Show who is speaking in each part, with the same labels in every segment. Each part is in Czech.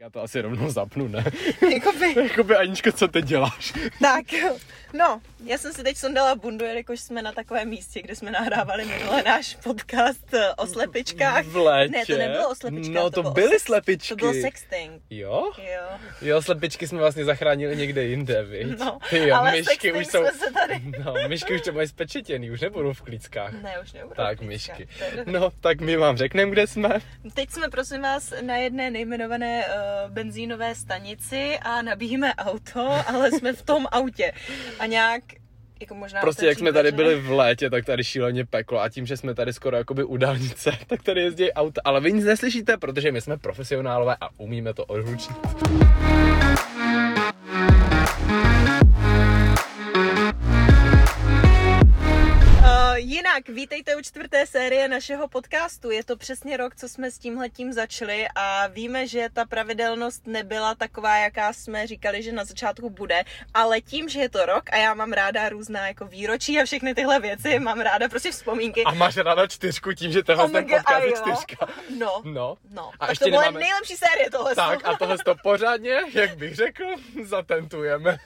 Speaker 1: Já to asi rovnou zapnu, ne?
Speaker 2: Jakoby,
Speaker 1: Jakoby Aničko, co ty děláš?
Speaker 2: tak, no, já jsem si teď sundala bundu, jelikož jsme na takovém místě, kde jsme nahrávali minule náš podcast eh, o slepičkách.
Speaker 1: V létě.
Speaker 2: Ne, to nebylo o slepičkách.
Speaker 1: No, to,
Speaker 2: bylo o
Speaker 1: byly
Speaker 2: sex-
Speaker 1: slepičky.
Speaker 2: To byl sexting.
Speaker 1: Jo?
Speaker 2: Jo,
Speaker 1: Jo, slepičky jsme vlastně zachránili někde jinde, viď?
Speaker 2: no,
Speaker 1: Ty jo,
Speaker 2: ale
Speaker 1: myšky
Speaker 2: sexting
Speaker 1: už jsou...
Speaker 2: jsme se tady...
Speaker 1: No, myšky už to mají spečetěný, už nebudou v klíckách.
Speaker 2: Ne, už nebudu.
Speaker 1: Tak,
Speaker 2: teďka.
Speaker 1: myšky.
Speaker 2: To je dobrý.
Speaker 1: No, tak my vám řekneme, kde jsme.
Speaker 2: Teď jsme, prosím vás, na jedné nejmenované uh, benzínové stanici a nabíjíme auto, ale jsme v tom autě. A nějak, jako možná...
Speaker 1: Prostě jak
Speaker 2: otevřít
Speaker 1: jsme tady
Speaker 2: dveře.
Speaker 1: byli v létě, tak tady šíleně peklo a tím, že jsme tady skoro jakoby u dálnice, tak tady jezdí auta. Ale vy nic neslyšíte, protože my jsme profesionálové a umíme to odhlučit.
Speaker 2: Uh, jinak, vítejte u čtvrté série našeho podcastu. Je to přesně rok, co jsme s tímhletím začali a víme, že ta pravidelnost nebyla taková, jaká jsme říkali, že na začátku bude, ale tím, že je to rok a já mám ráda různá jako výročí a všechny tyhle věci, mám ráda prostě vzpomínky.
Speaker 1: A máš ráda čtyřku tím, že tenhle ten
Speaker 2: Oh my god,
Speaker 1: podcast je
Speaker 2: jo.
Speaker 1: čtyřka.
Speaker 2: No,
Speaker 1: No.
Speaker 2: no.
Speaker 1: A
Speaker 2: A tak
Speaker 1: ještě
Speaker 2: to byla
Speaker 1: nemáme-
Speaker 2: nejlepší série tohle.
Speaker 1: Tak a tohle to pořádně, jak bych řekl, zatentujeme.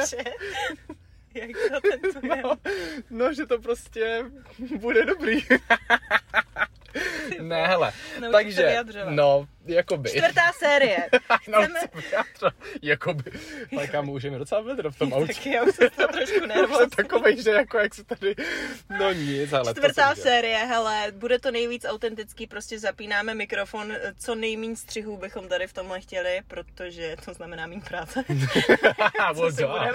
Speaker 2: Cože? Jak to ten
Speaker 1: No, no, že to prostě bude dobrý. ne, hele,
Speaker 2: Nauč se
Speaker 1: takže,
Speaker 2: vyjadřovat.
Speaker 1: no, jakoby.
Speaker 2: Čtvrtá série.
Speaker 1: Chceme...
Speaker 2: Chceme...
Speaker 1: Jakoby, tak a můžeme docela vedro v tom autě.
Speaker 2: Tak vlastně. já už jsem to trošku nervózní.
Speaker 1: takovej, že jako jak se tady, no nic, ale
Speaker 2: Čtvrtá série, hele, bude to nejvíc autentický, prostě zapínáme mikrofon, co nejmín střihů bychom tady v tomhle chtěli, protože to znamená méně práce. co si budem.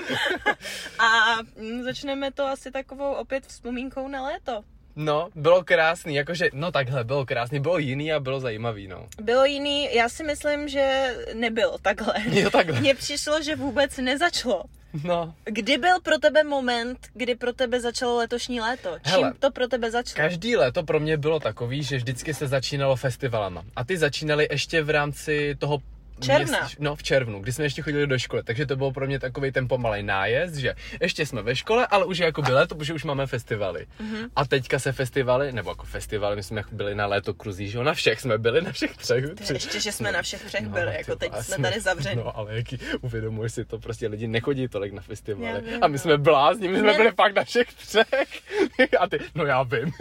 Speaker 2: A mm, začneme to asi takovou opět vzpomínkou na léto.
Speaker 1: No, bylo krásný, jakože, no takhle, bylo krásný, bylo jiný a bylo zajímavý, no.
Speaker 2: Bylo jiný, já si myslím, že nebylo takhle.
Speaker 1: Jo, takhle.
Speaker 2: Mně přišlo, že vůbec nezačalo.
Speaker 1: No,
Speaker 2: Kdy byl pro tebe moment, kdy pro tebe začalo letošní léto? Čím
Speaker 1: Hele.
Speaker 2: to pro tebe začalo?
Speaker 1: každý léto pro mě bylo takový, že vždycky se začínalo festivalama. A ty začínaly ještě v rámci toho
Speaker 2: Června.
Speaker 1: měsíč- no, v červnu, kdy jsme ještě chodili do školy, takže to bylo pro mě takový ten pomalej nájezd, že ještě jsme ve škole, ale už je jako bylo to, protože už máme festivaly.
Speaker 2: Mhm.
Speaker 1: Mm-hmm. A teďka se festivaly, nebo jako festivaly, my jsme byli na léto kruzí, že jo, na všech jsme byli, na všech třech.
Speaker 2: Ty, ještě, že jsme na všech třech byli, jako
Speaker 1: No, ty
Speaker 2: teď
Speaker 1: vole,
Speaker 2: jsme tady zavřeni.
Speaker 1: No ale jaký, uvědomuješ si to, prostě lidi nechodí tolik na
Speaker 2: Já
Speaker 1: festivaly.
Speaker 2: vím,
Speaker 1: A my
Speaker 2: no.
Speaker 1: jsme blázni, my jsme
Speaker 2: Ne.
Speaker 1: byli fakt na všech třech. A ty, no já vím.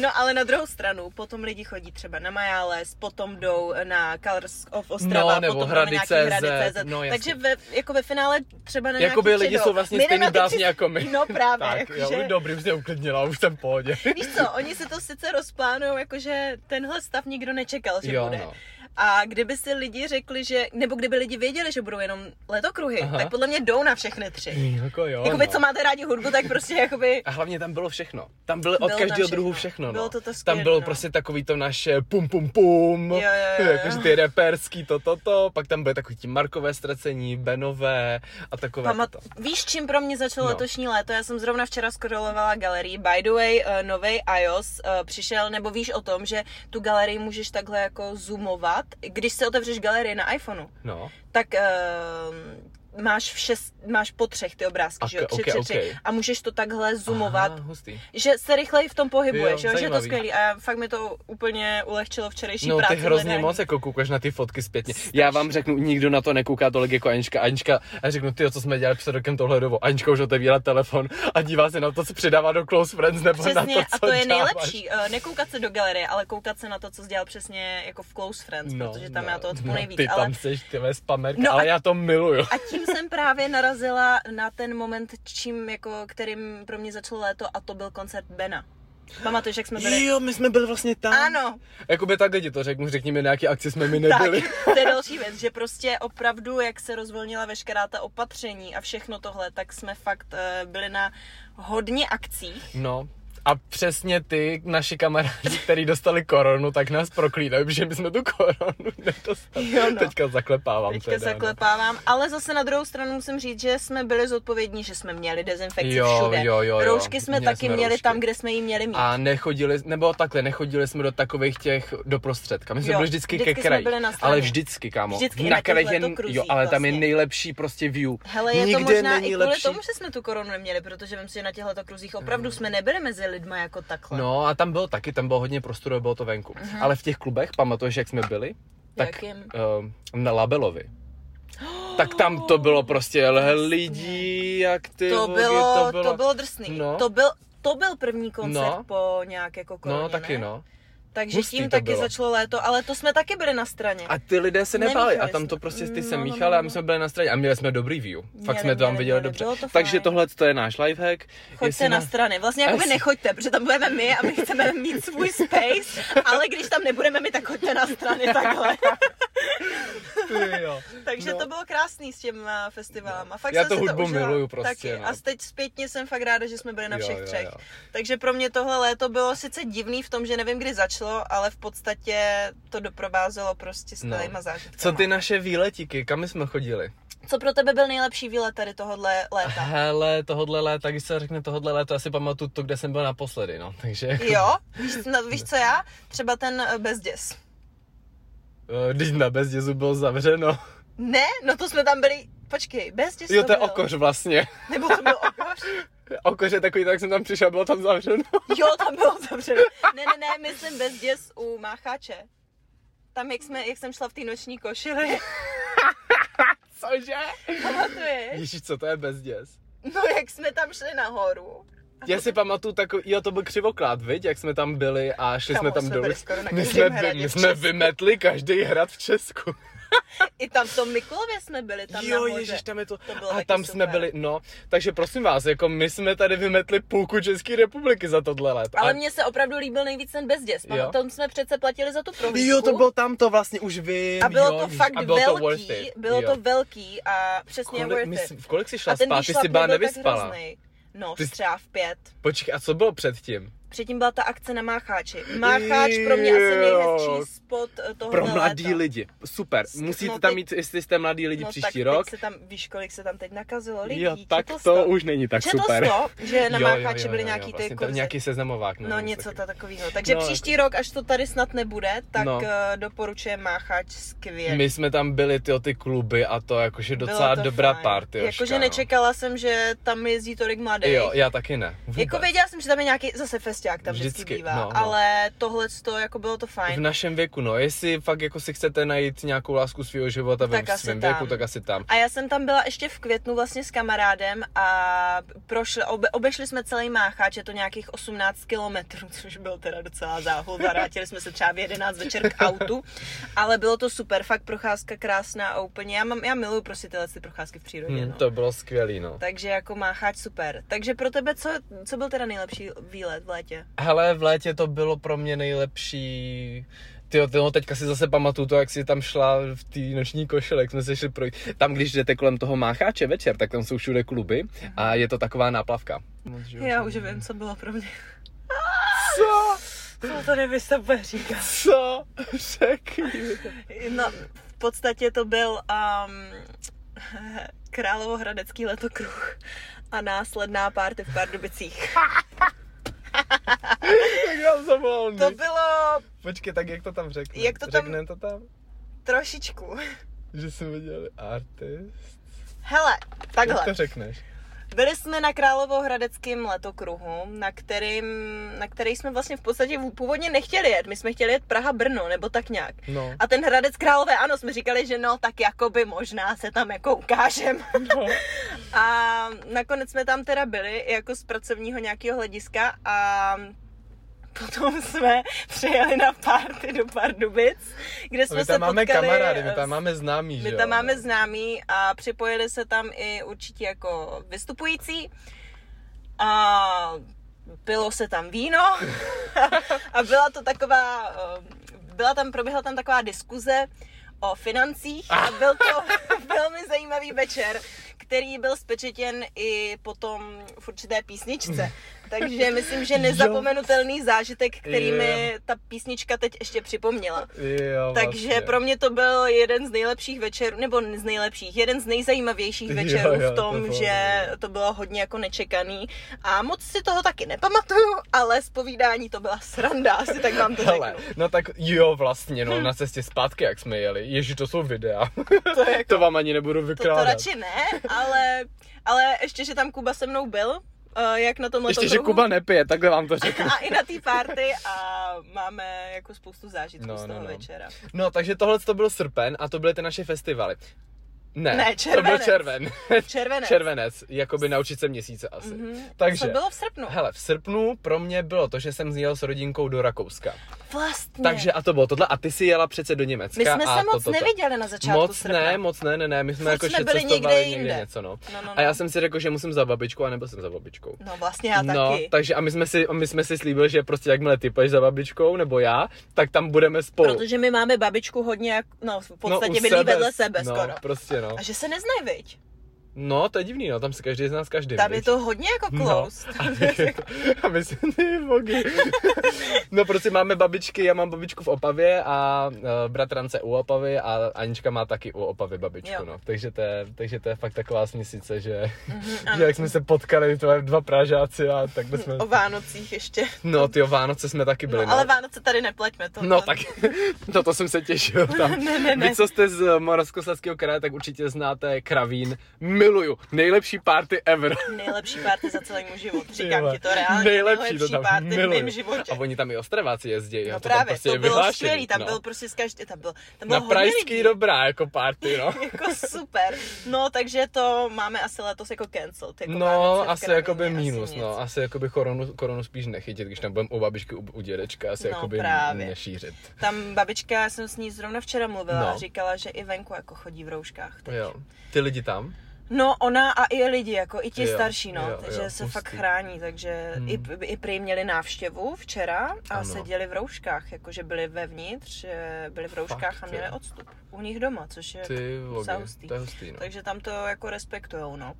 Speaker 2: No ale na druhou stranu, potom lidi chodí třeba na Majáles, potom jdou na Colors of Ostrava,
Speaker 1: No, nebo
Speaker 2: potom
Speaker 1: Hrady
Speaker 2: na nějaký
Speaker 1: CZ,
Speaker 2: Hrady CZ.
Speaker 1: no, jasně.
Speaker 2: Takže ve, jako ve finále třeba na
Speaker 1: Jakoby
Speaker 2: nějaký
Speaker 1: lidi
Speaker 2: přijdou.
Speaker 1: jsou vlastně
Speaker 2: My
Speaker 1: stejný
Speaker 2: jdeme na ty
Speaker 1: blázni
Speaker 2: přes-
Speaker 1: jako my.
Speaker 2: No právě,
Speaker 1: tak,
Speaker 2: jakože...
Speaker 1: jo, dobrý, už jsem uklidnila, už jsem v pohodě.
Speaker 2: Víš co, oni si to sice rozplánujou, jakože tenhle stav nikdo nečekal, že
Speaker 1: Jo,
Speaker 2: bude.
Speaker 1: no.
Speaker 2: A kdyby si lidi řekli, že, nebo kdyby lidi věděli, že budou jenom letokruhy,
Speaker 1: Aha.
Speaker 2: tak podle mě jdou na všechny tři.
Speaker 1: jako jo,
Speaker 2: Jakoby,
Speaker 1: no.
Speaker 2: co máte rádi hudbu, tak prostě jakoby...
Speaker 1: A hlavně tam bylo všechno. Tam bylo,
Speaker 2: Bylo
Speaker 1: od
Speaker 2: tam
Speaker 1: každého
Speaker 2: všechno.
Speaker 1: druhu všechno. No.
Speaker 2: Bylo to to
Speaker 1: tam bylo
Speaker 2: skvělý, no.
Speaker 1: prostě takový to naše pum pum pum,
Speaker 2: Jo, jo, jo, jo.
Speaker 1: jakože ty reperský to, to, to, pak tam byly takový ti Markové ztracení, Benové a takové
Speaker 2: Pamat...
Speaker 1: Jako to.
Speaker 2: Víš, čím pro mě začalo
Speaker 1: No.
Speaker 2: letošní léto? Já jsem zrovna včera skrolovala galerii. By the way, uh, nový iOS uh, přišel, nebo víš o tom, že tu galerii můžeš takhle jako zoomovat. Když se otevřeš galerii na iPhoneu,
Speaker 1: No,
Speaker 2: tak uh, máš, v šest, máš po třech ty obrázky,
Speaker 1: Ok,
Speaker 2: že jo? Tři,
Speaker 1: ok,
Speaker 2: tři,
Speaker 1: ok.
Speaker 2: tři. A můžeš to takhle zoomovat.
Speaker 1: Aha, hustý.
Speaker 2: Že se rychleji v tom
Speaker 1: Jo,
Speaker 2: pohybuješ, jo, že je to
Speaker 1: zajímavý.
Speaker 2: skvělý. A fakt mi to úplně ulehčilo včerejší
Speaker 1: No
Speaker 2: práci.
Speaker 1: ty hrozně
Speaker 2: hledání.
Speaker 1: moc jako koukáš na ty fotky zpětně. Já vám řeknu, nikdo na to nekouká tolik jako Anička. Anička, a řeknu, ty, co jsme dělali před rokem tohle dobu. Anička už otevírá telefon a dívá se na to, co přidává do Close Friends nebo na to,
Speaker 2: Přesně,
Speaker 1: co
Speaker 2: a to je
Speaker 1: děláš.
Speaker 2: nejlepší. eh, Nekoukat se do galerie, ale koukat se na to, co jsi dělal přesně jako v Close Friends, no, protože tam já to odpůl nejvíc.
Speaker 1: Ty
Speaker 2: ale...
Speaker 1: tam seš, ty ve spamerka,
Speaker 2: No a-
Speaker 1: ale já to miluju.
Speaker 2: A tím jsem právě narazila na ten moment, čím jako, kterým pro mě začalo léto a to byl koncert Bena. Pamatuješ, jak jsme byli?
Speaker 1: Jo, my jsme byli vlastně tam.
Speaker 2: Ano,
Speaker 1: Jakoby takhle ti to řeknu, řekni mi, na jaký akci jsme my
Speaker 2: tak,
Speaker 1: nebyli.
Speaker 2: to je další věc, že prostě opravdu, jak se rozvolnila veškerá ta opatření a všechno tohle, tak jsme fakt eh, byli na hodně akcích.
Speaker 1: No, a přesně ty, naši kamarádi, který dostali koronu, tak nás proklínají, protože my jsme tu koronu nedostali.
Speaker 2: Jo, no.
Speaker 1: Teďka zaklepávám
Speaker 2: Teďka
Speaker 1: teda, no.
Speaker 2: zaklepávám, ale zase na druhou stranu musím říct, že jsme byli zodpovědní, že jsme měli dezinfekci
Speaker 1: Jo,
Speaker 2: všude.
Speaker 1: jo, jo, jo.
Speaker 2: Roušky jsme
Speaker 1: Měli
Speaker 2: taky
Speaker 1: jsme
Speaker 2: měli
Speaker 1: roušky.
Speaker 2: tam, kde jsme ji měli mít.
Speaker 1: A nechodili, nebo takhle, nechodili jsme do takových těch do prostředka. My jsme
Speaker 2: Jo,
Speaker 1: byli vždycky,
Speaker 2: vždycky
Speaker 1: ke
Speaker 2: jsme
Speaker 1: kraji.
Speaker 2: byli na straně.
Speaker 1: Ale vždycky, kámo.
Speaker 2: Vždycky i na těch
Speaker 1: kraji je-
Speaker 2: letokruzích
Speaker 1: jo, ale tam je
Speaker 2: vlastně.
Speaker 1: nejlepší prostě view.
Speaker 2: Hele, je
Speaker 1: Nikde
Speaker 2: to možná
Speaker 1: není
Speaker 2: i kvůli
Speaker 1: lepší.
Speaker 2: tomu, že jsme tu koronu neměli, protože vím si, že na těchto kruzích
Speaker 1: Mm.
Speaker 2: opravdu jsme nebyli mezi lidma jako takhle. Mhm.
Speaker 1: No a tam bylo taky, tam bylo hodně prostoru, bylo to venku. Ale v těch klubech, pamatuješ, jak jsme byli? tak
Speaker 2: Jakým?
Speaker 1: uh, na Labelovi. Tak tam to bylo prostě l- lidí, jak ty
Speaker 2: To
Speaker 1: vogy,
Speaker 2: bylo, to bylo, to bylo drsný.
Speaker 1: No.
Speaker 2: No. To, byl, to byl první koncert
Speaker 1: No.
Speaker 2: no. po nějak jako koroně,
Speaker 1: No, taky
Speaker 2: ne?
Speaker 1: no.
Speaker 2: Takže
Speaker 1: Hustý
Speaker 2: tím
Speaker 1: to
Speaker 2: taky
Speaker 1: bylo.
Speaker 2: začalo léto, ale to jsme taky byli na straně.
Speaker 1: A ty lidé se nebáli a
Speaker 2: Nemíchali
Speaker 1: tam
Speaker 2: jsme.
Speaker 1: to prostě ty se
Speaker 2: No, no, no,
Speaker 1: míchali a my
Speaker 2: no.
Speaker 1: jsme byli na straně a měli jsme dobrý view. Fakt
Speaker 2: Měli,
Speaker 1: jsme to tam
Speaker 2: měli,
Speaker 1: viděli
Speaker 2: měli,
Speaker 1: dobře.
Speaker 2: bylo to
Speaker 1: Takže
Speaker 2: fajn.
Speaker 1: tohle to je náš lifehack.
Speaker 2: Choďte na strany. Vlastně jako
Speaker 1: As-
Speaker 2: by nechoďte, protože tam budeme my a my chceme mít svůj space, ale když tam nebudeme my, tak choďte na strany takhle.
Speaker 1: Ty jo.
Speaker 2: Takže
Speaker 1: No.
Speaker 2: no. to bylo krásný s těm a, festivalem. A fakt
Speaker 1: Já
Speaker 2: jsem
Speaker 1: tu
Speaker 2: si
Speaker 1: hudbu
Speaker 2: to užila.
Speaker 1: miluju prostě,
Speaker 2: Taky.
Speaker 1: no.
Speaker 2: A teď zpětně jsem fakt ráda, že jsme byli na
Speaker 1: Jo,
Speaker 2: všech
Speaker 1: jo,
Speaker 2: třech.
Speaker 1: jo.
Speaker 2: Takže pro mě tohle léto bylo sice divný v tom, že nevím, kdy začalo, ale v podstatě to doprovázelo prostě skvělýma
Speaker 1: No.
Speaker 2: no. zážitkama.
Speaker 1: Co ty naše výletíky, kam jsme chodili?
Speaker 2: Co pro tebe byl nejlepší výlet tady tohohle léta?
Speaker 1: Hele, tohodle léta, když se řekne tohodle léto, asi pamatuju to, kde jsem byl naposledy, no. Takže jako,
Speaker 2: Jo? Víš, no, víš co já? Třeba ten eh, bezděs.
Speaker 1: eh, když na bezdězu bylo zavřeno.
Speaker 2: Ne? No to jsme tam byli... Počkej, bezděs
Speaker 1: Jo, to je
Speaker 2: byl.
Speaker 1: okoř vlastně.
Speaker 2: Nebo to byl okoř?
Speaker 1: Okoř je takový, tak jsem tam přišel, bylo tam zavřeno.
Speaker 2: Jo, tam bylo zavřeno. Ne, ne, ne, myslím bez děs u Mácháče. Tam, jak, jsme, jak jsem šla v té noční košili,
Speaker 1: Cože?
Speaker 2: pamatuješ?
Speaker 1: Ježíš, co to je bezděz?
Speaker 2: No, jak jsme tam šli nahoru.
Speaker 1: Já si pamatuju takový, jo, to byl křivoklát, viď, jak jsme tam byli a šli
Speaker 2: Kamo,
Speaker 1: jsme tam
Speaker 2: jsme
Speaker 1: dolů.
Speaker 2: byli skoro na
Speaker 1: My
Speaker 2: každém
Speaker 1: jsme, vy,
Speaker 2: hradě
Speaker 1: my
Speaker 2: v
Speaker 1: jsme
Speaker 2: Česku.
Speaker 1: vymetli každý hrad v Česku.
Speaker 2: I tam v tom Mikulově jsme byli, tam
Speaker 1: jo,
Speaker 2: nahoře.
Speaker 1: ježiš, tam je to.
Speaker 2: To bylo
Speaker 1: a
Speaker 2: taky
Speaker 1: tam jsme
Speaker 2: super.
Speaker 1: byli, no. Takže prosím vás, jako my jsme tady vymetli půlku České republiky za tohle léto.
Speaker 2: Ale
Speaker 1: A-
Speaker 2: mně se opravdu líbil nejvíc ten bezděs.
Speaker 1: Jo.
Speaker 2: Tam tom jsme přece platili za tu prohlídku.
Speaker 1: Jo, to bylo tam to vlastně už vím.
Speaker 2: A bylo
Speaker 1: jo,
Speaker 2: to
Speaker 1: ježiš,
Speaker 2: fakt
Speaker 1: a bylo to
Speaker 2: velký,
Speaker 1: worth it.
Speaker 2: bylo
Speaker 1: jo.
Speaker 2: to velký a přesně
Speaker 1: Kolik,
Speaker 2: worth it.
Speaker 1: mys- v kolik jsi šla
Speaker 2: A ten
Speaker 1: spát, ty
Speaker 2: výšlap
Speaker 1: jsi byla
Speaker 2: nebyl tak
Speaker 1: nevyspala.
Speaker 2: hroznej. No,
Speaker 1: Ty jsi-
Speaker 2: třeba v pět.
Speaker 1: Počkej, a co bylo předtím?
Speaker 2: Předtím byla ta akce na Mácháči. Mácháč pro mě asi nejhezčí spot eh, tohoto
Speaker 1: Pro mladý
Speaker 2: léta.
Speaker 1: lidi. Super,
Speaker 2: S-
Speaker 1: musíte
Speaker 2: no,
Speaker 1: tam
Speaker 2: teď-
Speaker 1: mít, jestli jste mladý lidi
Speaker 2: no,
Speaker 1: příští
Speaker 2: tak
Speaker 1: rok.
Speaker 2: Teď se tam, víš, kolik se tam teď nakazilo lidí.
Speaker 1: jo, tak
Speaker 2: četl
Speaker 1: to,
Speaker 2: jsi to
Speaker 1: už není tak
Speaker 2: Četl jsi
Speaker 1: super.
Speaker 2: to, že na
Speaker 1: Jo, jo,
Speaker 2: Mácháči
Speaker 1: jo,
Speaker 2: byly
Speaker 1: jo,
Speaker 2: nějaký
Speaker 1: jo,
Speaker 2: ty
Speaker 1: vlastně tam
Speaker 2: kurzy.
Speaker 1: nějaký seznamovák.
Speaker 2: No
Speaker 1: nebo
Speaker 2: něco
Speaker 1: takový.
Speaker 2: ta takového. Takže
Speaker 1: No,
Speaker 2: příští rok, až to tady snad nebude, tak
Speaker 1: No.
Speaker 2: no. doporučuje Mácháč skvělý.
Speaker 1: My jsme tam byli ty, ty kluby a to jakože
Speaker 2: Bylo
Speaker 1: docela
Speaker 2: to
Speaker 1: dobrá
Speaker 2: fajn.
Speaker 1: party. no.
Speaker 2: Jakože nečekala jsem, že tam jezdí tolik mladých.
Speaker 1: Jo, já taky ne. Vůbec.
Speaker 2: Jako věděla jsem, že tam je nějaký zase festiák, tam vždycky,
Speaker 1: Vždycky,
Speaker 2: vždycky bývá,
Speaker 1: no, no.
Speaker 2: ale tohle to jako bylo to
Speaker 1: v
Speaker 2: fajn.
Speaker 1: našem věku, no. Jestli fakt jako si chcete najít nějakou lásku svého života
Speaker 2: Tak
Speaker 1: ve
Speaker 2: asi
Speaker 1: svém
Speaker 2: tam.
Speaker 1: věku, tak asi tam.
Speaker 2: A já jsem tam byla ještě v květnu vlastně s kamarádem a prošli, obe, obešli jsme celý Mácháč, je to nějakých 18 kilometrů, což byl teda docela záhul, vrátili jsme se třeba v 11 večer k autu, ale bylo to super, fakt procházka krásná a úplně, já, mám, já miluju prostě tyhle ty procházky v přírodě,
Speaker 1: Hmm,
Speaker 2: no.
Speaker 1: to bylo skvělý, no.
Speaker 2: Takže jako Mácháč super. Takže pro tebe, co, co byl teda nejlepší výlet v létě?
Speaker 1: Hele, v létě to bylo pro mě nejlepší. Ty no, teďka si zase pamatuju to, jak jsi tam šla v té noční košile, jak jsme se šli projít. Tam, když jdete kolem toho mácháče večer, tak tam jsou všude kluby a je to taková náplavka.
Speaker 2: Já už vím, co bylo pro mě.
Speaker 1: Co?
Speaker 2: Co to nevím, se bude říkat.
Speaker 1: Co? Řekni.
Speaker 2: No, v podstatě to byl um, Královohradecký letokruh a následná párty v Pardubicích.
Speaker 1: Tak já jsem volný.
Speaker 2: To bylo
Speaker 1: Počkej, tak jak to tam řekne?
Speaker 2: Jak to tam-
Speaker 1: Řekne to tam?
Speaker 2: trošičku.
Speaker 1: Že jsme viděli artist?
Speaker 2: Hele, takhle.
Speaker 1: Jak to řekneš?
Speaker 2: Byli jsme na Královohradeckém letokruhu, na, kterým, na který jsme vlastně v podstatě původně nechtěli jet. My jsme chtěli jet Praha-Brno, nebo tak nějak.
Speaker 1: No.
Speaker 2: A ten Hradec Králové, ano, jsme říkali, že no, tak jakoby možná se tam jako ukážem.
Speaker 1: no.
Speaker 2: A nakonec jsme tam teda byli jako z pracovního nějakého hlediska a potom jsme přijeli na párty do Pardubic, kde
Speaker 1: A
Speaker 2: jsme
Speaker 1: my
Speaker 2: se
Speaker 1: tam máme
Speaker 2: potkali,
Speaker 1: kamarády, my
Speaker 2: eh,
Speaker 1: tam máme známý, že
Speaker 2: my
Speaker 1: jo,
Speaker 2: tam máme
Speaker 1: no.
Speaker 2: známý a připojili se tam i určitě jako vystupující. A pilo se tam víno a byla to taková, eh, byla tam, proběhla tam taková diskuze o financích a byl to velmi zajímavý večer, který byl spečetěn i potom v určité písničce. Takže myslím, že
Speaker 1: Jo.
Speaker 2: nezapomenutelný zážitek, který
Speaker 1: Jo.
Speaker 2: mi ta písnička teď ještě připomněla.
Speaker 1: Jo,
Speaker 2: Takže
Speaker 1: vlastně.
Speaker 2: pro mě to byl jeden z nejlepších večerů, nebo z nejlepších, jeden z nejzajímavějších
Speaker 1: Jo,
Speaker 2: večerů
Speaker 1: jo,
Speaker 2: v
Speaker 1: to
Speaker 2: tom,
Speaker 1: bylo,
Speaker 2: že
Speaker 1: jo.
Speaker 2: to bylo hodně jako nečekaný. A moc si toho taky nepamatuju, ale z povídání to byla sranda, asi tak vám to
Speaker 1: Hele,
Speaker 2: řeknu.
Speaker 1: no tak jo, vlastně, no, na cestě zpátky, jak jsme jeli. Ježi, to jsou videa.
Speaker 2: To, je,
Speaker 1: to vám ani nebudu
Speaker 2: to, to
Speaker 1: vykládat.
Speaker 2: radši ne, ale, ale ještě, že tam Kuba se mnou byl, eh, jak na tomhle
Speaker 1: Ještě, že
Speaker 2: kruhu.
Speaker 1: Kuba nepije, takhle vám to řeknu.
Speaker 2: a i na té party a máme jako spoustu zážitků
Speaker 1: No,
Speaker 2: z toho
Speaker 1: no, no.
Speaker 2: večera.
Speaker 1: No, takže tohle to byl srpen a to byly ty naše festivaly. Ne,
Speaker 2: Ne,
Speaker 1: to byl
Speaker 2: červenec.
Speaker 1: červen.
Speaker 2: Červenec.
Speaker 1: červenec, jakoby naučit se měsíce asi.
Speaker 2: Mhm.
Speaker 1: Takže,
Speaker 2: Co bylo v srpnu?
Speaker 1: hele, v srpnu pro mě bylo to, že jsem jel s rodinkou do Rakouska.
Speaker 2: Vlastně.
Speaker 1: Takže a to bylo tohle. A ty si jela přece do Německa.
Speaker 2: My jsme
Speaker 1: a
Speaker 2: se
Speaker 1: to,
Speaker 2: moc
Speaker 1: to, to.
Speaker 2: neviděli na začátku
Speaker 1: Moc
Speaker 2: srpna.
Speaker 1: ne, moc ne, ne, ne, my jsme
Speaker 2: Furt
Speaker 1: jako
Speaker 2: jsme
Speaker 1: ještě
Speaker 2: byli někde
Speaker 1: cestovali někde,
Speaker 2: jinde.
Speaker 1: něco, no.
Speaker 2: No, no, no.
Speaker 1: A já jsem si řekl, že musím za babičkou a nebyl jsem za babičkou.
Speaker 2: No vlastně já
Speaker 1: No,
Speaker 2: taky.
Speaker 1: takže a my jsme, si, a my jsme si slíbili, že prostě jakmile ty půjdeš za babičkou, nebo já, tak tam budeme spolu.
Speaker 2: Protože my máme babičku hodně, jak- no v
Speaker 1: No, u
Speaker 2: podstatě no, bydlí vedle sebe
Speaker 1: no,
Speaker 2: skoro.
Speaker 1: prostě no.
Speaker 2: A že se neznají, viď?
Speaker 1: No, to je divný, no, tam se každý zná s každým.
Speaker 2: Tam je
Speaker 1: viď?
Speaker 2: to hodně jako close.
Speaker 1: No, a, my, a my jsme ty vogy. No, prostě máme babičky, já mám babičku v Opavě a uh, bratrance u Opavy a Anička má taky u Opavy babičku,
Speaker 2: Jo.
Speaker 1: no. Takže to, je, takže to je fakt taková směsice, že,
Speaker 2: Mhm,
Speaker 1: že
Speaker 2: ano.
Speaker 1: jak jsme se potkali, to je dva Pražáci a takhle jsme...
Speaker 2: O Vánocích ještě.
Speaker 1: No, ty o Vánoce jsme taky byli,
Speaker 2: No, ale Vánoce tady nepleťme to.
Speaker 1: No
Speaker 2: to-
Speaker 1: tak, no to jsem se těšil tam.
Speaker 2: Ne, ne, ne.
Speaker 1: Vy, co jste z Moravskoslezského kraje, tak určitě znáte Kravín. Miluju, nejlepší party ever.
Speaker 2: Nejlepší párty za celý můj život. Říkám
Speaker 1: Tyhle,
Speaker 2: ti to reálně.
Speaker 1: nejlepší, to tam
Speaker 2: párty v
Speaker 1: miluju.
Speaker 2: mém životě.
Speaker 1: A oni tam i ostraváci jezdí,
Speaker 2: No
Speaker 1: jo, to tam
Speaker 2: právě,
Speaker 1: prostě
Speaker 2: to
Speaker 1: je
Speaker 2: bylo
Speaker 1: vyhlášený,
Speaker 2: skvělý, tam
Speaker 1: no.
Speaker 2: byl prostě z každé, tam byl, tam bylo
Speaker 1: na
Speaker 2: hodně lidí.
Speaker 1: pražský dobrá jako party, no.
Speaker 2: jako super. No, takže to máme asi letos jako cancelled. Jako Vánoce v
Speaker 1: No, asi
Speaker 2: Kravíně,
Speaker 1: jakoby minus,
Speaker 2: nic.
Speaker 1: no. Asi jakoby koronu, koronu spíš nechytit, když tam budeme u babičky, u, u dědečka, asi
Speaker 2: No,
Speaker 1: jakoby
Speaker 2: právě.
Speaker 1: nešířit.
Speaker 2: Tam babička, já jsem s ní zrovna včera mluvila
Speaker 1: No.
Speaker 2: a říkala, že i venku jako chodí v rouškách. Teď.
Speaker 1: Jo. Ty lidi tam?
Speaker 2: No, ona a i lidi, jako i ti
Speaker 1: Jo,
Speaker 2: starší, no,
Speaker 1: jo, jo,
Speaker 2: takže se
Speaker 1: hustý. Hmm.
Speaker 2: fakt chrání, takže i, i prý měli návštěvu včera a
Speaker 1: Ano.
Speaker 2: seděli v rouškách, jakože byli vevnitř, že byli v rouškách
Speaker 1: Fakt,
Speaker 2: a měli
Speaker 1: jo.
Speaker 2: odstup u nich doma, což je
Speaker 1: Ty vogy,
Speaker 2: docela hustý.
Speaker 1: to je hustý, no.
Speaker 2: Takže tam to jako respektujou, no.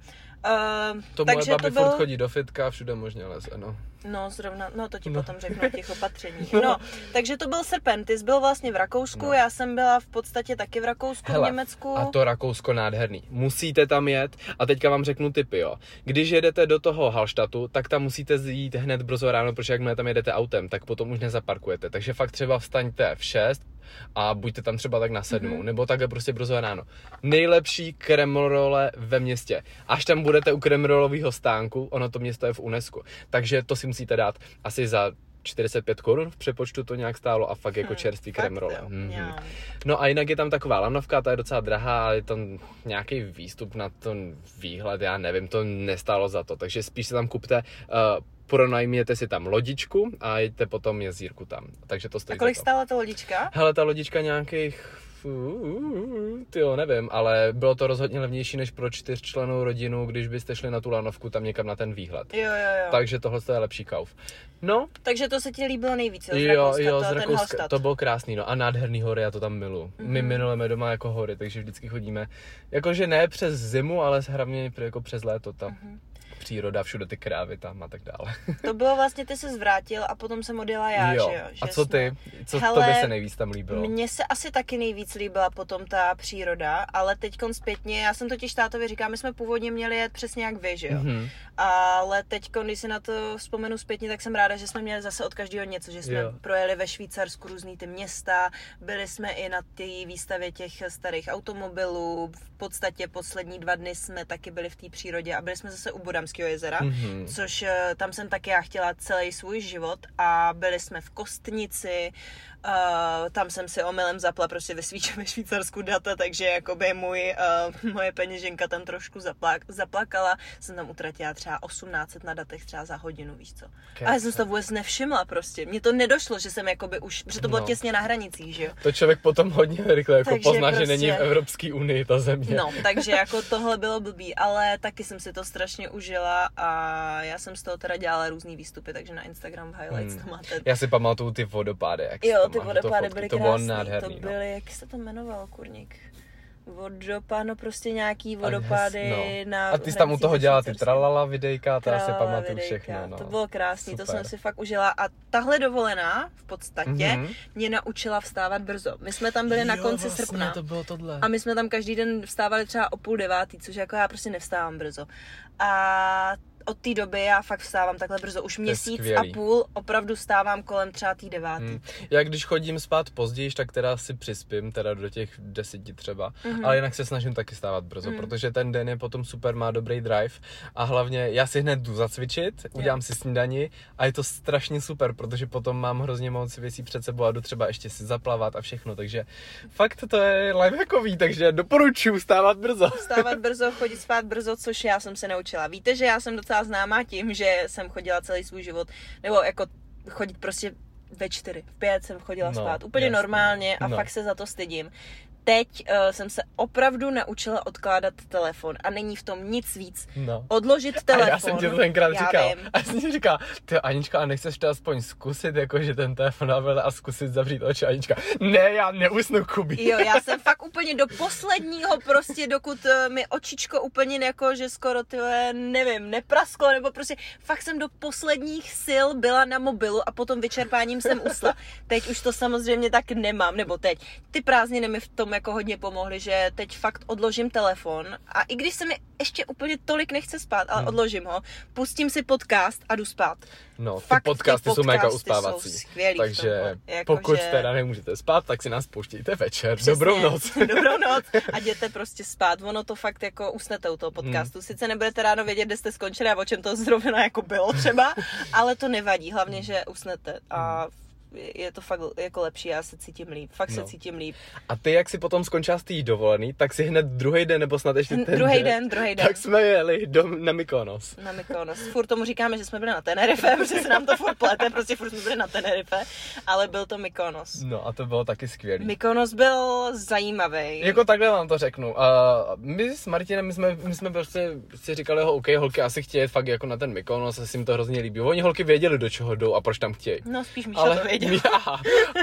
Speaker 2: Uh,
Speaker 1: To moje
Speaker 2: takže
Speaker 1: babi
Speaker 2: to
Speaker 1: to
Speaker 2: bylo,
Speaker 1: furt chodí do fitka a všude možně leze, no.
Speaker 2: no zrovna, no to ti
Speaker 1: No.
Speaker 2: potom řeknu o těch opatřeních. No, takže to byl srpen, ty jsi byl vlastně v Rakousku, já jsem byla v podstatě taky v Rakousku, v Německu.
Speaker 1: No. a to Rakousko nádherný. Musíte tam jet a teďka vám řeknu tipy, jo. Když jedete do toho Halštatu, tak tam musíte zjít hned brzo ráno, protože jakmile tam jedete autem, tak potom už nezaparkujete. Takže fakt třeba vstaňte v 6 a buďte tam třeba tak na sedmou,
Speaker 2: Mhm.
Speaker 1: mm-hmm. nebo takhle prostě brzo ráno. Nejlepší kremrole ve městě. Až tam budete u kremrolového stánku, ono to město je v UNESCO, takže to si musíte dát asi za 45 korun v přepočtu to nějak stálo a fakt jako čerstvý
Speaker 2: Hm, Hmm, Fakt,
Speaker 1: kremrole.
Speaker 2: jo.
Speaker 1: Mhm.
Speaker 2: Já.
Speaker 1: No a jinak je tam taková lanovka, ta je docela drahá, ale je tam nějaký výstup na ten výhled, já nevím, to nestálo za to, takže spíš si tam kupte, uh, pronajměte si tam lodičku a jeďte potom jezírku tam, takže to stojí
Speaker 2: A kolik
Speaker 1: za to.
Speaker 2: stála ta lodička?
Speaker 1: Hele, ta lodička nějakých, ty jo, nevím, ale bylo to rozhodně levnější než pro čtyřčlenou rodinu, když byste šli na tu lanovku tam někam na ten výhled.
Speaker 2: Jo, jo, jo.
Speaker 1: Takže tohle to je lepší kauf. No,
Speaker 2: Takže to se ti líbilo nejvíc, jo? z
Speaker 1: Jo,
Speaker 2: Rakouska,
Speaker 1: jo,
Speaker 2: to,
Speaker 1: z
Speaker 2: ten
Speaker 1: Rakouska,
Speaker 2: Hallstatt. Mhm.
Speaker 1: to bylo krásný, no a nádherný hory, já to tam milu. Mm-hmm. My minuleme doma jako hory, takže vždycky chodíme, jakože ne přes zimu, ale hlavně pr- jako přes léto, ta mm-hmm.
Speaker 2: Mhm.
Speaker 1: příroda, všude ty krávy tam a tak dále.
Speaker 2: to bylo vlastně, ty se zvrátil a potom jsem odjela já, že jo?
Speaker 1: a
Speaker 2: že
Speaker 1: co
Speaker 2: jsme-
Speaker 1: ty? Co
Speaker 2: Hele,
Speaker 1: tobě se nejvíc tam líbilo?
Speaker 2: Mně se asi taky nejvíc líbila potom ta příroda, ale teďkon zpětně, já jsem totiž tátovi říkala, my jsme původně měli jet přesně jak vy, že jo?
Speaker 1: Mhm.
Speaker 2: Ale teďkon, když si na to vzpomenu zpětně, tak jsem ráda, že jsme měli zase od každého něco, že jsme
Speaker 1: Jo.
Speaker 2: projeli ve Švýcarsku různý ty města, byli jsme i na té výstavě těch starých automobilů, v podstatě poslední dva dny jsme taky byli v té přírodě a byli jsme zase u Bodamského jezera,
Speaker 1: Mhm.
Speaker 2: což eh, tam jsem taky já chtěla celý svůj život a byli jsme v Kostnici, eh, tam jsem si omylem zapla prostě ve, Svíč- ve Švýcarsku data, takže jakoby můj, eh, moje peněženka tam trošku zaplak- zaplakala, jsem tam utratila třeba 1800 na datech třeba za hodinu, víš co. A já jsem si to vůbec nevšimla prostě, mně to nedošlo, že jsem jakoby už, protože to bylo
Speaker 1: No.
Speaker 2: těsně na hranicích, že jo.
Speaker 1: To člověk potom hodně rychle jako
Speaker 2: Takže
Speaker 1: pozná,
Speaker 2: prostě-
Speaker 1: že není v Evropské unii ta země.
Speaker 2: No, takže jako tohle bylo blbý, ale taky jsem si to strašně užila a já jsem z toho teda dělala různý výstupy, takže na Instagram v highlights
Speaker 1: Hmm.
Speaker 2: to máte.
Speaker 1: Já si pamatuju ty vodopády, jak si
Speaker 2: Jo,
Speaker 1: tam
Speaker 2: ty
Speaker 1: mám
Speaker 2: vodopády
Speaker 1: to
Speaker 2: byly
Speaker 1: to bylo
Speaker 2: krásný,
Speaker 1: nádherný.
Speaker 2: to
Speaker 1: no.
Speaker 2: byly, jak se to jmenovalo, kurník? Vodopád, no prostě nějaký vodopády
Speaker 1: hes- no.
Speaker 2: na
Speaker 1: A ty jsi tam u
Speaker 2: hranicích
Speaker 1: toho
Speaker 2: se
Speaker 1: dělala ty
Speaker 2: Švýcarskem.
Speaker 1: tralala videjka, to já si
Speaker 2: Králová
Speaker 1: pamatuju
Speaker 2: videjka.
Speaker 1: všechno. No.
Speaker 2: To bylo krásný, to
Speaker 1: Super.
Speaker 2: jsem si fakt užila. A tahle dovolená v podstatě
Speaker 1: Mhm.
Speaker 2: mě naučila vstávat brzo. My jsme tam byli na
Speaker 1: Jo,
Speaker 2: konci
Speaker 1: vlastně,
Speaker 2: srpna.
Speaker 1: to bylo tohle.
Speaker 2: A my jsme tam každý den vstávali třeba o půl devátý, což jako já prostě nevstávám brzo. A od té doby já fakt vstávám takhle brzo. Už měsíc a
Speaker 1: skvělý.
Speaker 2: půl opravdu stávám kolem třeba tý devátý.
Speaker 1: Hmm. Já když chodím spát později, tak teda si přispím, teda do těch deseti třeba,
Speaker 2: Mhm.
Speaker 1: mm-hmm. ale jinak se snažím taky stávat brzo, mm. protože ten den je potom super, má dobrý drive a hlavně já si hned jdu zacvičit, udělám si snídani a je to strašně super, protože potom mám hrozně moc věcí před sebou a jdu třeba ještě si zaplavat a všechno, takže fakt to je lifehackový, takže doporučuji stávat brzo.
Speaker 2: Vstávat brzo, chodit spát brzo, což já jsem se naučila. Víte, že já jsem docela známá tím, že jsem chodila celý svůj život, nebo jako chodit prostě ve čtyři, v pět jsem chodila
Speaker 1: No,
Speaker 2: spát úplně
Speaker 1: jasně.
Speaker 2: normálně a
Speaker 1: No.
Speaker 2: fakt se za to stydím. Teď uh, jsem se opravdu naučila odkládat telefon a není v tom nic víc.
Speaker 1: No.
Speaker 2: Odložit
Speaker 1: A
Speaker 2: telefon.
Speaker 1: já jsem ti to tenkrát
Speaker 2: já
Speaker 1: říkal.
Speaker 2: Vím.
Speaker 1: A já jsem ti říkal, ty Anička, a nechceš to aspoň zkusit, jakože ten telefon navel a zkusit zavřít oči. Anička, ne, já neusnu, Kubi.
Speaker 2: Jo, já jsem fakt úplně do posledního prostě, dokud eh, mi očičko úplně jako, že skoro ty vole, nevím, neprasklo, nebo prostě fakt jsem do posledních sil byla na mobilu a potom vyčerpáním jsem usla. Teď už to samozřejmě tak nemám, nebo teď. Ty prázdniny mi v tom jako hodně pomohly, že teď fakt odložím telefon a i když se mi ještě úplně tolik nechce spát, ale odložím ho, pustím si podcast a jdu spát.
Speaker 1: No, Hmm. ty
Speaker 2: Fakt ty
Speaker 1: podcasty jsou mega
Speaker 2: podcasty
Speaker 1: uspávací.
Speaker 2: jsou skvělý v
Speaker 1: Takže
Speaker 2: tomhle, jako
Speaker 1: pokud
Speaker 2: že-
Speaker 1: teda nemůžete spát, tak si nás pouštějte večer.
Speaker 2: Přesně.
Speaker 1: Dobrou noc.
Speaker 2: Dobrou noc a jděte prostě spát. Ono to fakt jako usnete u toho podcastu.
Speaker 1: Hmm.
Speaker 2: Sice nebudete ráno vědět, kde jste skončili a o čem to zrovna jako bylo třeba, ale to nevadí. Hlavně, že usnete a je to fakt jako lepší, já se cítím líp, fakt se
Speaker 1: No.
Speaker 2: cítím líp.
Speaker 1: A ty, jak si potom skončila z té dovolený, tak si hned druhý den, nebo snad ještě
Speaker 2: Hm,
Speaker 1: ten
Speaker 2: druhý den, druhý den.
Speaker 1: Tak jsme jeli do, na Mykonos.
Speaker 2: Na Mykonos. Furt tomu říkáme, že jsme byli na Tenerife, protože se nám to furt plete, prostě furt jsme byli na Tenerife, ale byl to Mykonos.
Speaker 1: No a to bylo taky skvělý.
Speaker 2: Mykonos byl zajímavý.
Speaker 1: Jako takhle vám to řeknu. Uh, my s Martinem, my jsme, my jsme prostě si říkali, ho, OK, holky asi chtějí jet fakt jako na ten Mykonos, asi jim to hrozně líbí. Oni holky věděli, do čeho jdou a proč tam chtějí.
Speaker 2: No spíš Míša
Speaker 1: Ale
Speaker 2: to věděl.
Speaker 1: já,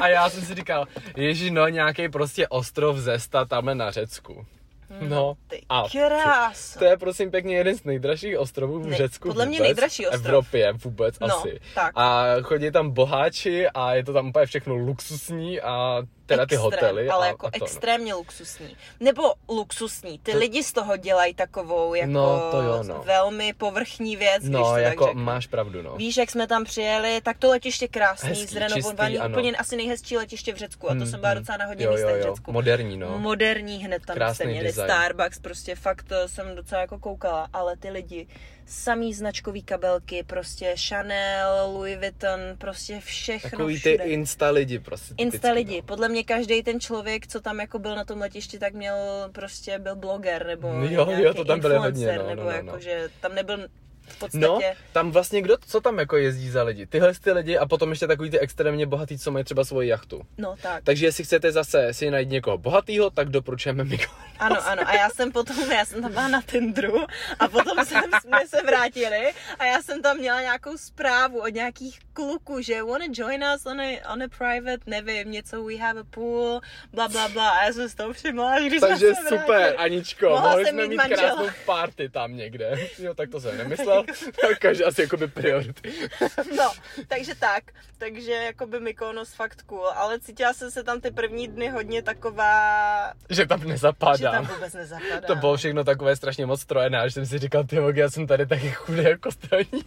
Speaker 1: a já jsem si říkal, ježi, no nějaký prostě ostrov zesta tamhle na Řecku.
Speaker 2: Hmm.
Speaker 1: No,
Speaker 2: Ty
Speaker 1: a
Speaker 2: krásno.
Speaker 1: to je prosím pěkně jeden z nejdražších ostrovů v
Speaker 2: Nej-
Speaker 1: Řecku
Speaker 2: podle mě
Speaker 1: vůbec,
Speaker 2: nejdražší ostrov.
Speaker 1: v Evropě vůbec
Speaker 2: No,
Speaker 1: asi.
Speaker 2: tak.
Speaker 1: A chodí tam boháči a je to tam úplně všechno luxusní a teda ty
Speaker 2: Extrém,
Speaker 1: hotely.
Speaker 2: Ale
Speaker 1: a,
Speaker 2: jako
Speaker 1: a to, no.
Speaker 2: extrémně luxusní. Nebo luxusní. Ty
Speaker 1: To-
Speaker 2: lidi z toho dělají takovou jako
Speaker 1: No, to jo, no.
Speaker 2: velmi povrchní věc, když
Speaker 1: No,
Speaker 2: to
Speaker 1: jako
Speaker 2: tak řeknu.
Speaker 1: máš pravdu, no.
Speaker 2: Víš, jak jsme tam přijeli, tak to letiště krásný,
Speaker 1: Hezký,
Speaker 2: zrenovovaný,
Speaker 1: čistý, ano.
Speaker 2: úplně asi nejhezčí letiště v Řecku. A to
Speaker 1: Mm,
Speaker 2: jsem byla
Speaker 1: mm.
Speaker 2: docela na hodně
Speaker 1: Jo, jo,
Speaker 2: místech v
Speaker 1: jo.
Speaker 2: Řecku.
Speaker 1: Moderní, no.
Speaker 2: Moderní hned tam
Speaker 1: Krásný
Speaker 2: jste měli,
Speaker 1: design.
Speaker 2: Starbucks, prostě fakt eh, jsem docela jako koukala, ale ty lidi, samý značkový kabelky, prostě Chanel, Louis Vuitton, prostě všechno
Speaker 1: Takový ty
Speaker 2: všude.
Speaker 1: insta lidi prostě. typický,
Speaker 2: Insta lidi.
Speaker 1: No.
Speaker 2: Podle mě každý ten člověk, co tam jako byl na tom letišti, tak měl prostě byl bloger nebo
Speaker 1: No jo,
Speaker 2: nějaký
Speaker 1: jo, to tam byly
Speaker 2: influencer,
Speaker 1: hodně, no,
Speaker 2: nebo
Speaker 1: no, no,
Speaker 2: jako,
Speaker 1: no.
Speaker 2: že tam nebyl v podstatě
Speaker 1: No, tam vlastně kdo, co tam jako jezdí za lidi? Tyhle ty lidi a potom ještě takový ty extrémně bohatý, co mají třeba svoji jachtu.
Speaker 2: no tak.
Speaker 1: Takže jestli chcete zase si najít někoho bohatýho, tak doporučujeme Miko.
Speaker 2: Ano, ano. A já jsem potom, já jsem tam byla na Tindru a potom jsem, jsme se vrátili a já jsem tam měla nějakou zprávu od nějakých kluků, že wanna join us on a, on a private, nevím, něco we have a pool, bla, bla, bla. A já jsem si to všimla, až když
Speaker 1: Takže
Speaker 2: jsme se
Speaker 1: super,
Speaker 2: vrátili.
Speaker 1: Aničko,
Speaker 2: Mohla
Speaker 1: mohli
Speaker 2: jsem
Speaker 1: jsme
Speaker 2: mít
Speaker 1: mít
Speaker 2: manžela.
Speaker 1: krásnou party tam někde. Jo, tak to jsem nemyslel. Tak Každý asi jakoby priority.
Speaker 2: No, takže tak. Takže jako by Mykonos fakt cool, ale cítila jsem se tam ty první dny hodně taková,
Speaker 1: Že tam
Speaker 2: že tam
Speaker 1: nezapadám.
Speaker 2: vůbec nezapadám.
Speaker 1: To bylo všechno takové strašně moc strojené, že jsem si říkal, ty vogy, já jsem tady taky chudý jako strojní.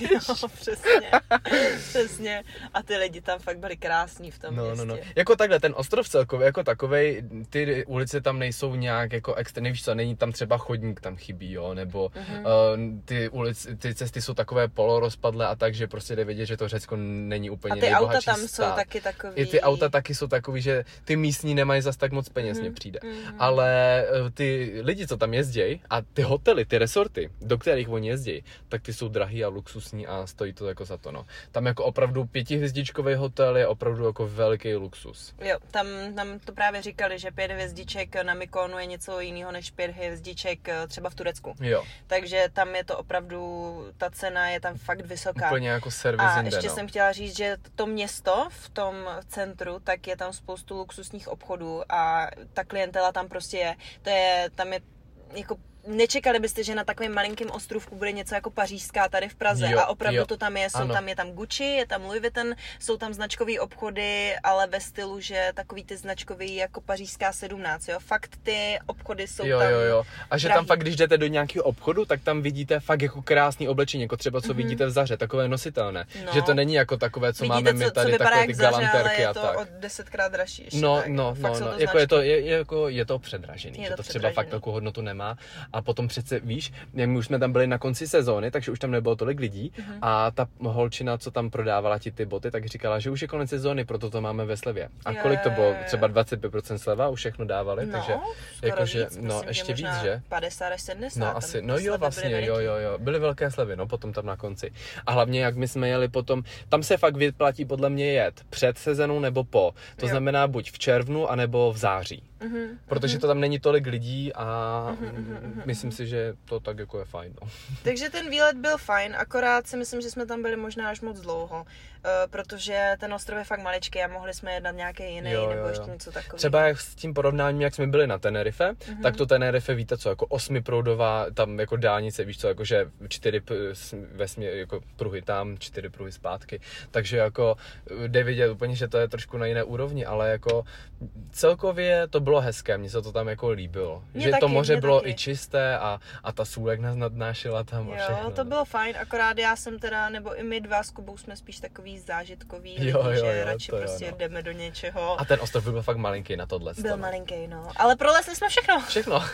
Speaker 2: jo, No, přesně. přesně. A ty lidi tam fakt byli krásní v tom
Speaker 1: No, no,
Speaker 2: městě.
Speaker 1: no. Jako takhle, ten ostrov celkově, jako takovej, ty ulice tam nejsou nějak jako extra, nevíš co, není tam třeba chodník tam chybí, jo, nebo
Speaker 2: Mhm.
Speaker 1: mm-hmm. uh, ty ulice, ty cesty jsou takové polorozpadlé a tak, že prostě jde vidět, že to Řecko není úplně
Speaker 2: A ty auta
Speaker 1: nejbohatší
Speaker 2: tam
Speaker 1: stát.
Speaker 2: jsou taky takový.
Speaker 1: I ty auta taky jsou takový, že ty místní nemají zas tak moc peněz, mně přijde.
Speaker 2: mhm.
Speaker 1: Ale eh, ty lidi, co tam jezdí, a ty hotely, ty resorty, do kterých oni jezdí, tak ty jsou drahý a luxusní a stojí to jako za to. No. Tam jako opravdu pětihvězdičkový hotel je opravdu jako velký luxus.
Speaker 2: Jo, tam, tam to právě říkali, že pět hvězdiček na Mykonu je něco jiného než pět hvězdiček eh, třeba v Turecku.
Speaker 1: Jo,
Speaker 2: Takže tam je to opravdu, ta cena je tam fakt vysoká.
Speaker 1: úplně jako servis
Speaker 2: A
Speaker 1: jinde,
Speaker 2: ještě
Speaker 1: no.
Speaker 2: jsem chtěla říct, že to město v tom centru, tak je tam spoustu luxusních obchodů a ta klientela tam prostě je. To je, tam je jako nečekali byste, že na takovém malinkém ostrovku bude něco jako pařížská tady v Praze
Speaker 1: Jo,
Speaker 2: a opravdu
Speaker 1: jo,
Speaker 2: to tam je, jsou
Speaker 1: ano.
Speaker 2: tam je tam Gucci, je tam Louis Vuitton, jsou tam značkové obchody, ale ve stylu, že takový ty značkový jako pařížská 17, jo, fakt ty obchody jsou
Speaker 1: jo,
Speaker 2: tam.
Speaker 1: jo, jo. A že tam
Speaker 2: drahý.
Speaker 1: fakt, když jdete do nějakého obchodu, tak tam vidíte fakt jako krásný oblečení, jako třeba co
Speaker 2: Mhm.
Speaker 1: vidíte v zaře, takové nositelné.
Speaker 2: No.
Speaker 1: Že to není jako takové, co
Speaker 2: Vidíte,
Speaker 1: máme my
Speaker 2: co,
Speaker 1: tady,
Speaker 2: co vypadá
Speaker 1: takové ty
Speaker 2: jak zaře, ale
Speaker 1: galanterky
Speaker 2: je
Speaker 1: a
Speaker 2: to o
Speaker 1: tak.
Speaker 2: desetkrát dražší. ještě,
Speaker 1: No,
Speaker 2: tak.
Speaker 1: no,
Speaker 2: Fakt
Speaker 1: no,
Speaker 2: jsou
Speaker 1: no.
Speaker 2: to
Speaker 1: jako je
Speaker 2: značky.
Speaker 1: to, je, je jako, je to předražený,
Speaker 2: Je
Speaker 1: že
Speaker 2: to
Speaker 1: to, třeba
Speaker 2: předražený.
Speaker 1: fakt takovou hodnotu nemá. A potom přece, víš, jak my už jsme tam byli na konci sezóny, takže už tam nebylo tolik lidí
Speaker 2: Mhm.
Speaker 1: a ta holčina, co tam prodávala ti ty boty, tak říkala, že už je konec sezóny, proto to máme ve slevě. A
Speaker 2: Jo,
Speaker 1: kolik to
Speaker 2: jo,
Speaker 1: bylo?
Speaker 2: jo, No, jo.
Speaker 1: Třeba 25% sleva, už všechno dávali, takže...
Speaker 2: skoro
Speaker 1: jakože,
Speaker 2: víc,
Speaker 1: no, ještě
Speaker 2: že
Speaker 1: víc,
Speaker 2: možná
Speaker 1: že?
Speaker 2: 50 až 70.
Speaker 1: No
Speaker 2: tam
Speaker 1: asi,
Speaker 2: ty
Speaker 1: no
Speaker 2: slevy
Speaker 1: jo
Speaker 2: byly
Speaker 1: vlastně, jo
Speaker 2: veliký.
Speaker 1: jo jo, byly velké slevy, no potom tam na konci. A hlavně jak my jsme jeli potom, tam se fakt vyplatí podle mě jet před sezenou nebo po. To
Speaker 2: Jo.
Speaker 1: znamená buď v červnu, anebo v září.
Speaker 2: Mhm,
Speaker 1: Protože
Speaker 2: mhm.
Speaker 1: to tam není tolik lidí a
Speaker 2: Mhm, mhm, mhm,
Speaker 1: myslím si, že to tak jako je fajn. No.
Speaker 2: Takže ten výlet byl fajn, akorát si myslím, že jsme tam byli možná až moc dlouho, eh, protože ten ostrov je fakt maličký a mohli jsme jednat nějaké jiné
Speaker 1: Jo, jo,
Speaker 2: nebo
Speaker 1: jo.
Speaker 2: ještě něco takového.
Speaker 1: Třeba jak s tím porovnáním, jak jsme byli na Tenerife,
Speaker 2: Mhm.
Speaker 1: tak to Tenerife víte co, jako osmiproudová tam jako dálnice, víš co, jakože čtyři p- s- ve směr, jako pruhy tam, čtyři pruhy zpátky, takže jako eh, jde vidět úplně, že to je trošku na jiné úrovni, ale jako celkově to bylo hezké, mně se to tam jako líbilo,
Speaker 2: Mně
Speaker 1: že to
Speaker 2: taky,
Speaker 1: moře
Speaker 2: mně
Speaker 1: bylo
Speaker 2: taky.
Speaker 1: i čisté a, a ta sůl jak nás nadnášela tam a všechno.
Speaker 2: Jo, to
Speaker 1: no.
Speaker 2: bylo fajn, akorát já jsem teda, nebo i my dva s Kubou jsme spíš takový zážitkový,
Speaker 1: Jo,
Speaker 2: lidi,
Speaker 1: jo,
Speaker 2: že
Speaker 1: jo,
Speaker 2: radši
Speaker 1: to jo,
Speaker 2: prostě
Speaker 1: no.
Speaker 2: jdeme do něčeho.
Speaker 1: A ten ostrov byl fakt malinký na tohle.
Speaker 2: byl malinký, no. Ale prolesli jsme všechno,
Speaker 1: Všechno.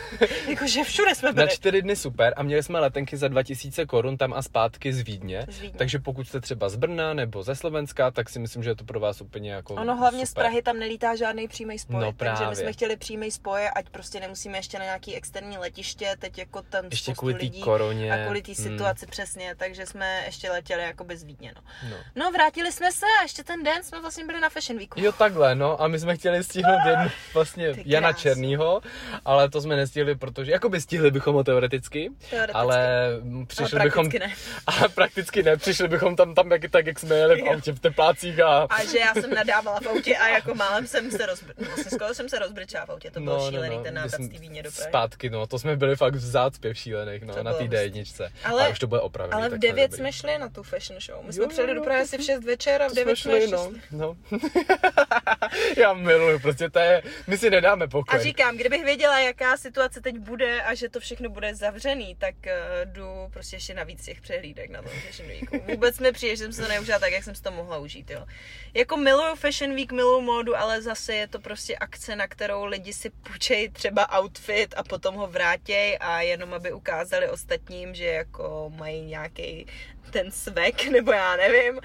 Speaker 2: jakože všude jsme
Speaker 1: Na
Speaker 2: byli.
Speaker 1: čtyři dny super a měli jsme letenky za 2000 korun tam a zpátky z Vídně.
Speaker 2: Z Vídně.
Speaker 1: Takže pokud jste třeba z Brna nebo ze Slovenska, tak si myslím, že je to pro vás úplně jako
Speaker 2: Ono hlavně
Speaker 1: super.
Speaker 2: z Prahy tam nelítá žádný přímý spoj,
Speaker 1: No
Speaker 2: takže my
Speaker 1: právě.
Speaker 2: jsme chtěli přímý spoj, ať prostě nemusíme ještě na nějaký externí letiště, teď jako tam
Speaker 1: Ještě
Speaker 2: spoustu
Speaker 1: kvůli té
Speaker 2: lidí
Speaker 1: koroně. Hmm,
Speaker 2: a kvůli té situaci přesně, takže jsme ještě letěli jakoby z Vídně, no.
Speaker 1: Hmm, no.
Speaker 2: No, vrátili jsme se a ještě ten den jsme vlastně byli na Fashion Weeku.
Speaker 1: Jo, takhle, no, a my jsme chtěli stihnout jednu vlastně
Speaker 2: Ah, Ty
Speaker 1: Jana
Speaker 2: krása.
Speaker 1: Černýho, ale to jsme nestihli, protože jako by stihli bychom ho teoreticky,
Speaker 2: Teoreticky.
Speaker 1: ale mm,
Speaker 2: ale
Speaker 1: přišli bychom,
Speaker 2: prakticky ne.
Speaker 1: ale prakticky ne, přišli bychom tam, tam jak, tak, jak jsme jeli v
Speaker 2: Jo.
Speaker 1: autě v teplácích a
Speaker 2: A že já jsem nadávala v autě a jako málem jsem se rozbr... Vlastně skoro jsem se rozbrčela v
Speaker 1: No,
Speaker 2: autě, to bylo šílený ten
Speaker 1: my
Speaker 2: návrat
Speaker 1: jsme
Speaker 2: z té Vídně do Prahy.
Speaker 1: Zpátky, no, to jsme byli fakt v zácpě v šílených, no,
Speaker 2: To
Speaker 1: na
Speaker 2: bylo
Speaker 1: té
Speaker 2: hustý.
Speaker 1: D1.
Speaker 2: Ale-
Speaker 1: Ale, už to bude opravený.
Speaker 2: Ale
Speaker 1: tak
Speaker 2: v
Speaker 1: to je
Speaker 2: 9
Speaker 1: dobrý.
Speaker 2: jsme šli na tu fashion show. My
Speaker 1: Jo,
Speaker 2: jsme přijeli
Speaker 1: jo,
Speaker 2: do
Speaker 1: to
Speaker 2: Prahy
Speaker 1: jsme-
Speaker 2: asi v 6 večer a v
Speaker 1: To
Speaker 2: 9 jsme šli.
Speaker 1: no. no. Já miluju, prostě to je, my si nedáme
Speaker 2: A
Speaker 1: pokoj.
Speaker 2: říkám, kdybych věděla, jaká situace teď bude a že to všechno bude zavřený, tak eh, jdu prostě ještě navíc těch přehlídek na tom Fashion Weeku. jako Vůbec mi přijde, že jsem se to neužila tak, jak jsem si to mohla užít, jo. Jako miluju Fashion Week, miluju módu, ale zase je to prostě akce, na kterou lidi si půjčejí třeba outfit a potom ho vrátěj a jenom aby ukázali ostatním, že jako mají nějaký ten svek, nebo já nevím,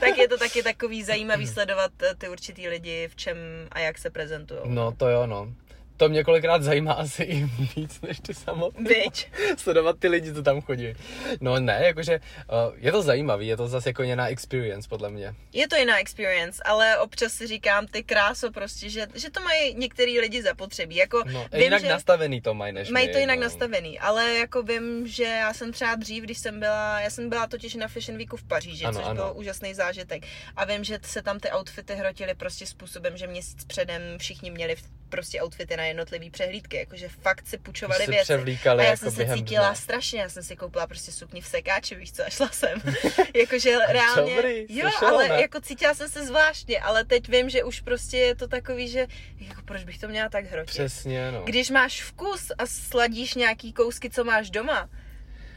Speaker 2: tak je to taky takový zajímavý sledovat eh, ty určitý lidi, v čem a jak se prezentují.
Speaker 1: No to jo, no. To mě kolikrát zajímá asi i víc než ty samotné.
Speaker 2: Byť.
Speaker 1: sledovat ty lidi, co tam chodí. No ne, jakože uh, je to zajímavý, je to zase jako jiná experience podle mě.
Speaker 2: Je to jiná experience, ale občas si říkám, ty kráso prostě, že, že to mají některý lidi zapotřebí. Jako
Speaker 1: No,
Speaker 2: vím,
Speaker 1: jinak
Speaker 2: že
Speaker 1: nastavený to mají než
Speaker 2: mají
Speaker 1: my,
Speaker 2: to jinak
Speaker 1: no.
Speaker 2: nastavený, ale jako vím, že já jsem třeba dřív, když jsem byla, já jsem byla totiž na Fashion Weeku v Paříži,
Speaker 1: Ano,
Speaker 2: což
Speaker 1: ano.
Speaker 2: byl úžasný zážitek. A vím, že se tam ty outfity hrotily prostě způsobem, že měsíc předem všichni měli v- prostě outfity na jednotlivý přehlídky, jakože fakt si
Speaker 1: Že
Speaker 2: půjčovali
Speaker 1: se
Speaker 2: věci.
Speaker 1: převlíkali
Speaker 2: A já
Speaker 1: jako
Speaker 2: jsem se
Speaker 1: během
Speaker 2: cítila
Speaker 1: dne.
Speaker 2: strašně, já jsem si koupila prostě sukni v sekáči, víš co, a šla jsem. Jakože reálně,
Speaker 1: dobrý, jsi
Speaker 2: jo,
Speaker 1: šel,
Speaker 2: ale
Speaker 1: ne?
Speaker 2: jako cítila jsem se zvláštně, ale teď vím, že už prostě je to takový, že jako proč bych to měla tak hrotit.
Speaker 1: Přesně, no.
Speaker 2: Když máš vkus a sladíš nějaký kousky, co máš doma,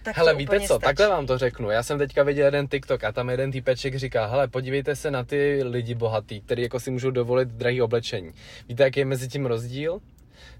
Speaker 2: tak
Speaker 1: Hele,
Speaker 2: to
Speaker 1: víte
Speaker 2: úplně
Speaker 1: co,
Speaker 2: stačí.
Speaker 1: takhle vám to řeknu. Já jsem teďka viděl jeden TikTok a tam jeden týpeček říká, hele, podívejte se na ty lidi bohatý, který jako si můžou dovolit drahý oblečení. Víte, jaký je mezi tím rozdíl?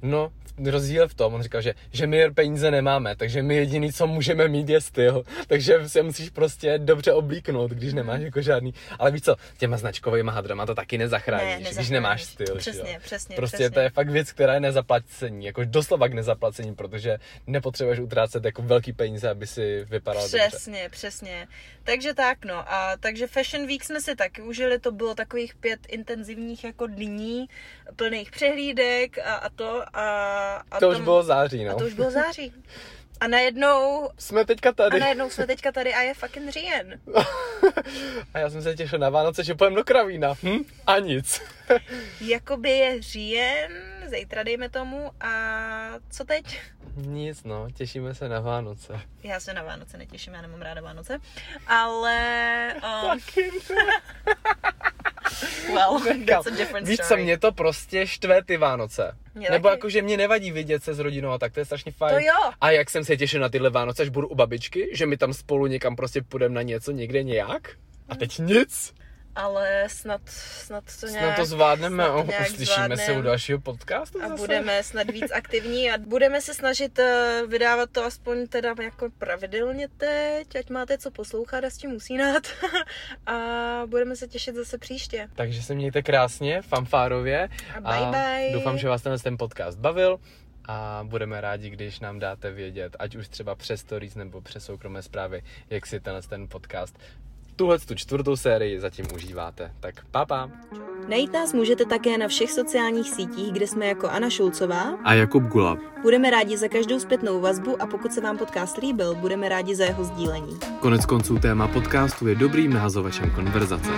Speaker 1: No, rozdíl v tom, on říkal, že, že my peníze nemáme, takže my jediný, co můžeme mít, je styl. Takže se musíš prostě dobře oblíknout, když nemáš jako žádný. Ale víš co, těma značkovými hadrama to taky nezachráníš, když
Speaker 2: nezachráníš.
Speaker 1: nemáš styl. že jo.
Speaker 2: Přesně, přesně,
Speaker 1: Prostě
Speaker 2: přesně.
Speaker 1: to je fakt věc, která je nezaplacení, jako doslova k nezaplacení, protože nepotřebuješ utrácet jako velký peníze, aby si vypadal dobře.
Speaker 2: Přesně, přesně. Takže tak, no. A takže Fashion Week jsme si taky užili, to bylo takových pět intenzivních jako dní, plných přehlídek a, a to. A, a
Speaker 1: To už
Speaker 2: tam-
Speaker 1: bylo září,
Speaker 2: A
Speaker 1: no.
Speaker 2: to už bylo září. A najednou,
Speaker 1: Jsme teďka tady.
Speaker 2: a najednou jsme teďka tady a je fucking říjen.
Speaker 1: A já jsem se těšil na Vánoce, že pojem do Kravína. Hm? A nic.
Speaker 2: Jakoby je říjen, zítra dejme tomu, a co teď?
Speaker 1: Nic no, těšíme se na Vánoce.
Speaker 2: Já se na Vánoce netěším, já nemám ráda Vánoce. Ale... Um,
Speaker 1: Taky
Speaker 2: well, Oh, that's a different
Speaker 1: Víš co,
Speaker 2: story.
Speaker 1: mě to prostě štve ty Vánoce.
Speaker 2: Mě
Speaker 1: Nebo
Speaker 2: taky.
Speaker 1: jako, že mě nevadí vidět se s rodinou a tak, to je strašně fajn.
Speaker 2: To jo.
Speaker 1: A jak jsem se těšil na tyhle Vánoce, až budu u babičky, že my tam spolu někam prostě půjdeme na něco, někde nějak. A teď nic.
Speaker 2: Ale snad, snad to nějak...
Speaker 1: Snad to zvládneme.
Speaker 2: snad to
Speaker 1: o,
Speaker 2: nějak
Speaker 1: Uslyšíme se u
Speaker 2: zvládnem.
Speaker 1: dalšího podcastu
Speaker 2: a
Speaker 1: zase.
Speaker 2: budeme snad víc aktivní a budeme se snažit eh, vydávat to aspoň teda jako pravidelně teď, ať máte co poslouchat a s tím usínat. a budeme se těšit zase příště.
Speaker 1: Takže se mějte krásně, fanfárově.
Speaker 2: A bye bye.
Speaker 1: Doufám, že vás tenhle ten podcast bavil a budeme rádi, když nám dáte vědět, ať už třeba přes stories nebo přes soukromé zprávy, jak si tenhle ten podcast tuhle tu čtvrtou sérii zatím užíváte. Tak pa, pa.
Speaker 2: Najít nás můžete také na všech sociálních sítích, kde jsme jako Anna Šulcová.
Speaker 1: A Jakub Gulab.
Speaker 2: Budeme rádi za každou zpětnou vazbu a pokud se vám podcast líbil, budeme rádi za jeho sdílení.
Speaker 1: Konec konců téma podcastu je dobrým názovačem konverzace.